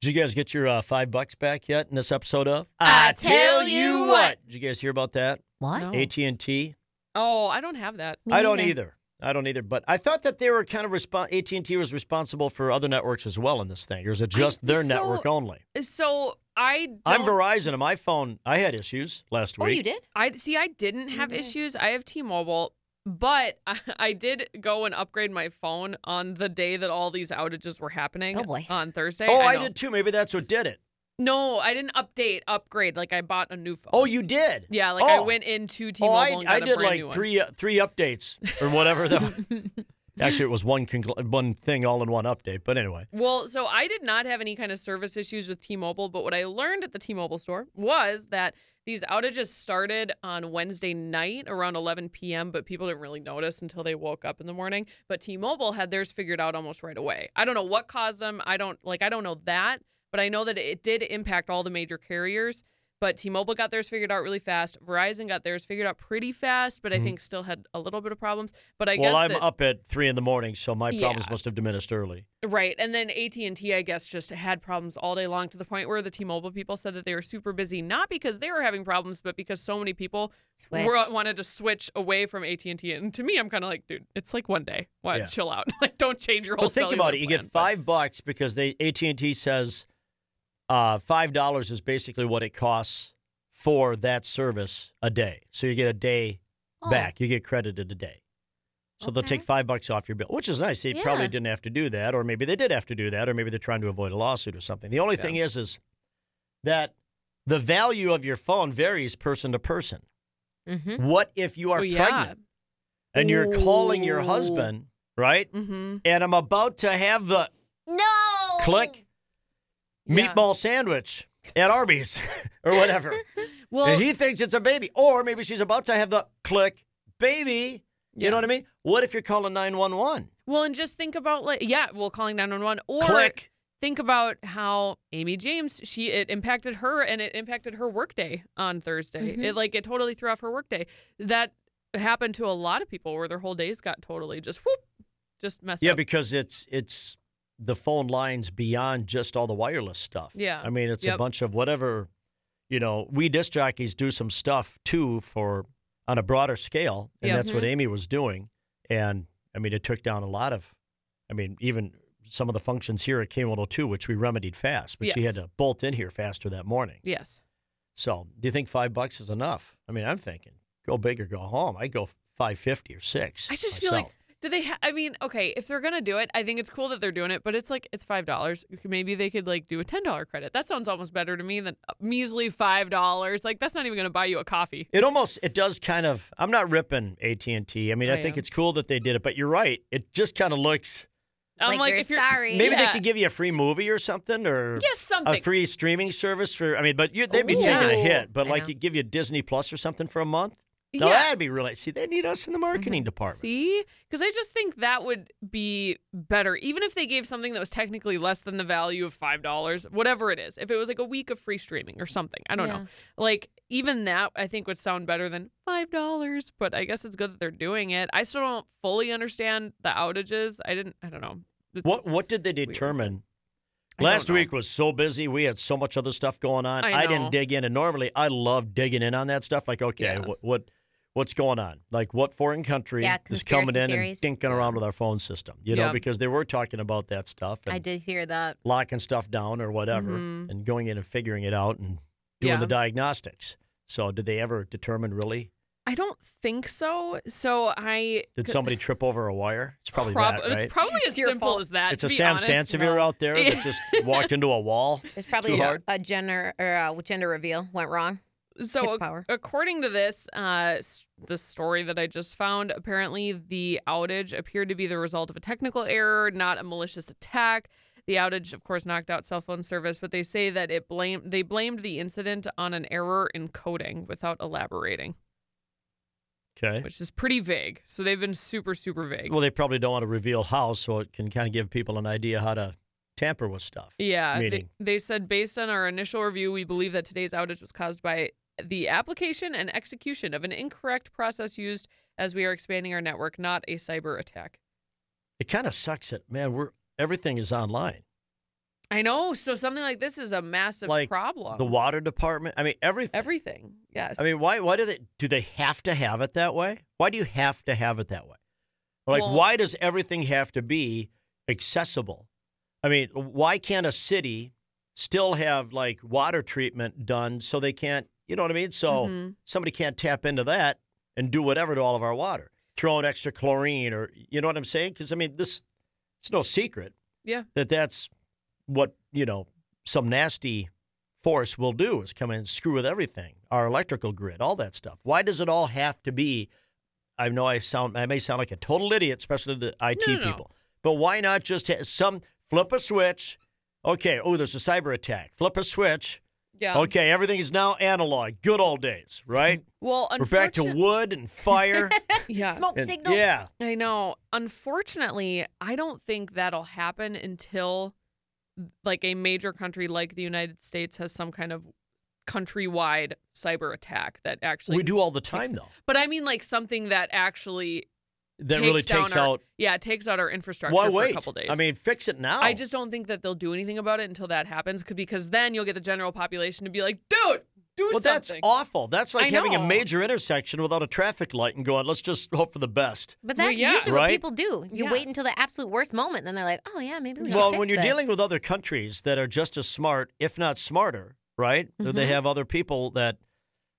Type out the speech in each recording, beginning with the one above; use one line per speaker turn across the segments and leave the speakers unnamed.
Did you guys get your uh, five bucks back yet in this episode of?
I tell you what.
Did you guys hear about that?
What?
No.
AT and T.
Oh, I don't have that.
I don't either. I don't either. But I thought that they were kind of responsible. AT and T was responsible for other networks as well in this thing, or is it just their
so-
network only?
Uh, So I don't,
I'm Verizon, and my phone. I had issues last
Oh,
week.
you did?
I see. I didn't have
did.
issues. I have T-Mobile, but I, I did go and upgrade my phone on the day that all these outages were happening.
Oh, boy.
On Thursday.
Oh, I,
know.
did too. Maybe that's what did it.
No, I didn't update, upgrade. Like I bought a new phone.
Oh, you did.
Yeah, like I
Oh.
went into
Oh,
T-Mobile
I,
and got
I
a
did
brand
like
new one.
three uh, three updates or whatever. Though. Actually, it was one concl- one thing all in one update. But anyway,
Well, so I did not have any kind of service issues with T-Mobile, but what I learned at the T-Mobile store was that these outages started on Wednesday night around 11 p.m., but people didn't really notice until they woke up in the morning. But T-Mobile had theirs figured out almost right away. I don't know what caused them. I don't like I don't know that, but I know that it did impact all the major carriers. But T-Mobile got theirs figured out really fast. Verizon got theirs figured out pretty fast, but I think still had a little bit of problems. But I guess
Mm-hmm. well, I'm
that-
up at three in the morning, so my problems
Yeah.
must have diminished early.
Right, and then AT and T, I guess, just had problems all day long to the point where the T-Mobile people said that they were super busy, not because they were having problems, but because so many people were,
Switched.
wanted to switch away from AT and T. And to me, I'm kind of like, dude, it's like one day. What?
Yeah.
Chill out. like, don't change your whole.
But think
cellular
about it. You get
plan, but-
five bucks because they AT and T says uh, five dollars is basically what it costs for that service a day. So you get a day
Oh.
back. You get credited a day. So they'll take
Okay.
five bucks off your bill, which is nice. They probably
Yeah.
didn't have to do that, or maybe they did have to do that, or maybe they're trying to avoid a lawsuit or something. The only thing is, is that the value of your phone varies person to person.
Mm-hmm.
What if you are
Oh, yeah.
pregnant and you're calling your
Ooh.
husband, right?
Mhm.
And I'm about to have the
No.
click
Yeah.
meatball sandwich at Arby's or whatever.
Well,
and he thinks it's a baby. Or maybe she's about to have the click baby. You
Yeah.
know what I mean? What if you're calling 911?
well, and just think about like, yeah, well, calling 911 or
Click.
think about how Amy James she it impacted her and it impacted her workday on Thursday. It like it totally threw off her workday. That happened to a lot of people where their whole days got totally just whoop, just messed
Yeah,
up.
because it's it's the phone lines beyond just all the wireless stuff.
Yeah.
I mean, it's a
Yep.
bunch of whatever, you know, we disc jockeys do some stuff too for on a broader scale. And
Yeah. Mm-hmm.
that's what Amy was doing. And I mean, it took down a lot of, I mean, even some of the functions here at K102, which we remedied fast, but she had
Yes.
to bolt in here faster that morning.
yes.
So do you think five bucks is enough? I mean, I'm thinking go big or go home. I go 550 or six.
I just feel like
myself.
do they ha- I mean, okay, if they're going to do it, I think it's cool that they're doing it, but it's like it's $5. Maybe they could like do a $10 credit. That sounds almost better to me than a measly $5. Like that's not even going to buy you a coffee.
It almost it does kind of. I'm not ripping AT and T. I mean, I,
I
think
am.
it's cool that they did it, but you're right. It just kind of looks.
I'm
Like you're
if you're
sorry.
Maybe they
Yeah.
could give you a free movie or something, or
Yes,
a
something.
free streaming service for. I mean, but you, they'd be
Ooh.
taking a
Yeah.
hit. But
I
like,
know.
you give you Disney Plus or something for a month. Now
Yeah. Mm-hmm.
that'd be really. See, they need us in the marketing department.
See? Because I just think that would be better. Even if they gave something that was technically less than the value of $5, whatever it is, if it was like a week of free streaming or something, I don't know. Like, even that I think would sound better than $5, but I guess it's good that they're doing it. I still don't fully understand the outages. I didn't, I don't know. It's-
What What did they
weird.
determine?
I don't
Last
know.
week was so busy. We had so much other stuff going on.
I know.
didn't dig in, and normally I love digging in on that stuff. Like, okay,
Yeah.
what, what what's going on? Like, what foreign country
Yeah,
is coming in
conspiracy theories.
and dinking around with our phone system? You know,
Yeah.
because they were talking about that stuff and
I did hear that.
locking stuff down or whatever,
Mhm.
and going in and figuring it out and doing
Yeah.
the diagnostics. So, did they ever determine really?
I don't think so. So I.
Did somebody trip over a wire? It's probably
prob-
that, right?
It's probably as
It's your
simple
fault.
as that.
it's
to
a
be
Sam
honest.
Sansevier out there
Yeah.
that just walked into a wall.
There's probably
Too
a,
hard?
a gender or a gender reveal went wrong.
So,
Hit
ac-
power.
according to this, uh, s- the story that I just found, apparently the outage appeared to be the result of a technical error, not a malicious attack. The outage, of course, knocked out cell phone service, but they say that it blamed they blamed the incident on an error in coding without elaborating,
Okay.
which is pretty vague. So they've been super, super vague.
Well, they probably don't want to reveal how, so it can kind of give people an idea how to tamper with stuff.
Yeah, they,
meeting.
they said based on our initial review, we believe that today's outage was caused by the application and execution of an incorrect process used as we are expanding our network, not a cyber attack.
It kind of sucks that man, we're everything is online.
I know. So something like this is a massive
like
problem.
the water department. I mean, everything.
Everything. Yes.
I mean, why? Why do they? Do they have to have it that way? Why do you have to have it that way? Like,
Well-
why does everything have to be accessible? I mean, why can't a city still have like water treatment done so they can't? You know what I mean? So
Mm-hmm.
somebody can't tap into that and do whatever to all of our water, throw in extra chlorine, or you know what I'm saying? Because I mean, this it's no secret
yeah.
that that's what you know some nasty force will do is come in and screw with everything our electrical grid all that stuff why does it all have to be i know i sound i may sound like a total idiot especially to it
No, no, no.
people but why not just ha- some flip a switch okay oh there's a cyber attack flip a switch
Yeah.
okay everything is now analog good old days right
Well,
we're back to
unfortunate-
wood and fire
Yeah.
Smoke
and-
signals.
yeah
I know. Unfortunately, I don't think that'll happen until like a major country like the United States has some kind of countrywide cyber attack that actually
we do all the time though
But I mean like something that actually
that
takes
really
down
takes
our,
out
Yeah, it takes out our infrastructure
why
for
wait
a couple days.
i mean fix it now
I just don't think that they'll do anything about it until that happens 'cause- because then you'll get the general population to be like, "Dude, do
Well, that's
something."
awful. That's like
I
having a
know.
major intersection without a traffic light and going, let's just hope for the best.
But
Well,
that's
yeah.
usually
Right?
what people do. You
Yeah.
wait until the absolute worst moment, then they're like, "Oh yeah, maybe we should."
Well,
fix
when you're
this."
dealing with other countries that are just as smart, if not smarter, right? They
Mm-hmm.
have other people that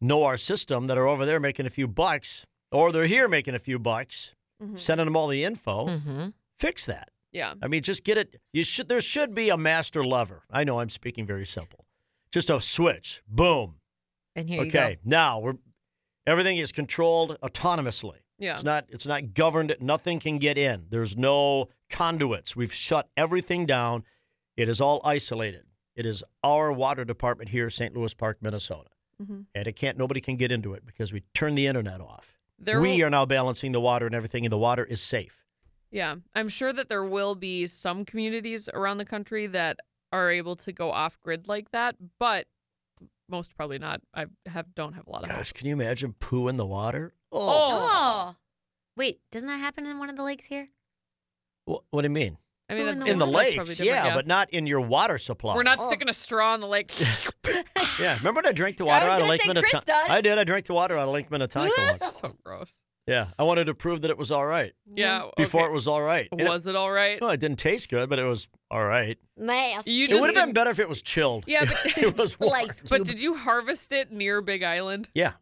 know our system that are over there making a few bucks, or they're here making a few bucks,
Mm-hmm.
sending them all the info. Fix that.
Yeah.
I mean, just get it. You should. There should be a master lever. I know I'm speaking very simple. Just a switch. Boom.
and here
okay.
you go.
Now we're everything is controlled autonomously.
Yeah.
It's not it's not governed. Nothing can get in. There's no conduits. We've shut everything down. It is all isolated. It is our water department here, St. Louis Park, Minnesota.
Mm-hmm.
And it can't nobody can get into it because we turned the internet off.
There
we
will-
are now balancing the water and everything, and the water is safe.
Yeah, I'm sure that there will be some communities around the country that are able to go off grid like that, but most probably not. I have don't have a lot of hope.
Gosh, can you imagine poo in the water?
Oh. Wait, doesn't that happen in one of the lakes here?
Wh- What, do you mean?
I mean,
Who
that's
in the
In the
that's Oh, probably
lakes,
different,
yeah, but Oh. not in your water supply.
we're not sticking a straw in the lake.
Yeah, remember when I drank the water
was
out of
gonna
Lake
say Chris
Minnetonka?
does.
I did. I drank the water out of Lake Minnetonka once.
so gross.
Yeah, I wanted to prove that it was all right
Yeah.
before
okay.
it was all right. And
was it all right?
It, well, it didn't taste good, but it was all right.
Yes.
You
it
just
would have been
didn't-
better if it was chilled.
Yeah, but-
it was warm.
Like,
But did you harvest it near Big Island?
Yeah,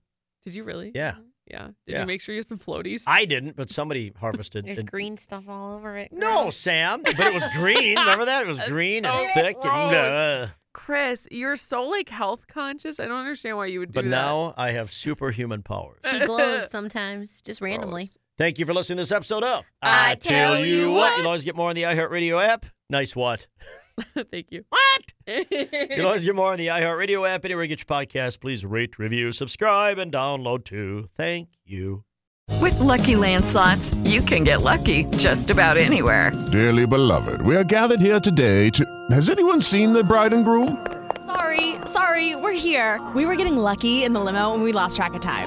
Did you really?
yeah.
Yeah. Did
Yeah.
you make sure you had some floaties?
I didn't, but somebody harvested.
There's
and-
green stuff all over it.
No, Sam, but it was green. Remember that? It was green and
so
thick. And,
gross.
uh,
Chris, you're so like health conscious. I don't understand why you would do
but
that.
now I have superhuman powers.
He glows sometimes, just randomly.
Thank you for listening to this episode of
I Tell You What.
You'll always get more on the iHeartRadio app. Nice what?
Thank you.
You can always get more on the iHeartRadio app. Anywhere you get your podcast, please rate, review, subscribe, and download too. Thank you.
With Lucky Land slots, you can get lucky just about anywhere.
Dearly beloved, we are gathered here today to. Has anyone seen the bride and groom?
Sorry, sorry, we're here. We were getting lucky in the limo and we lost track of time.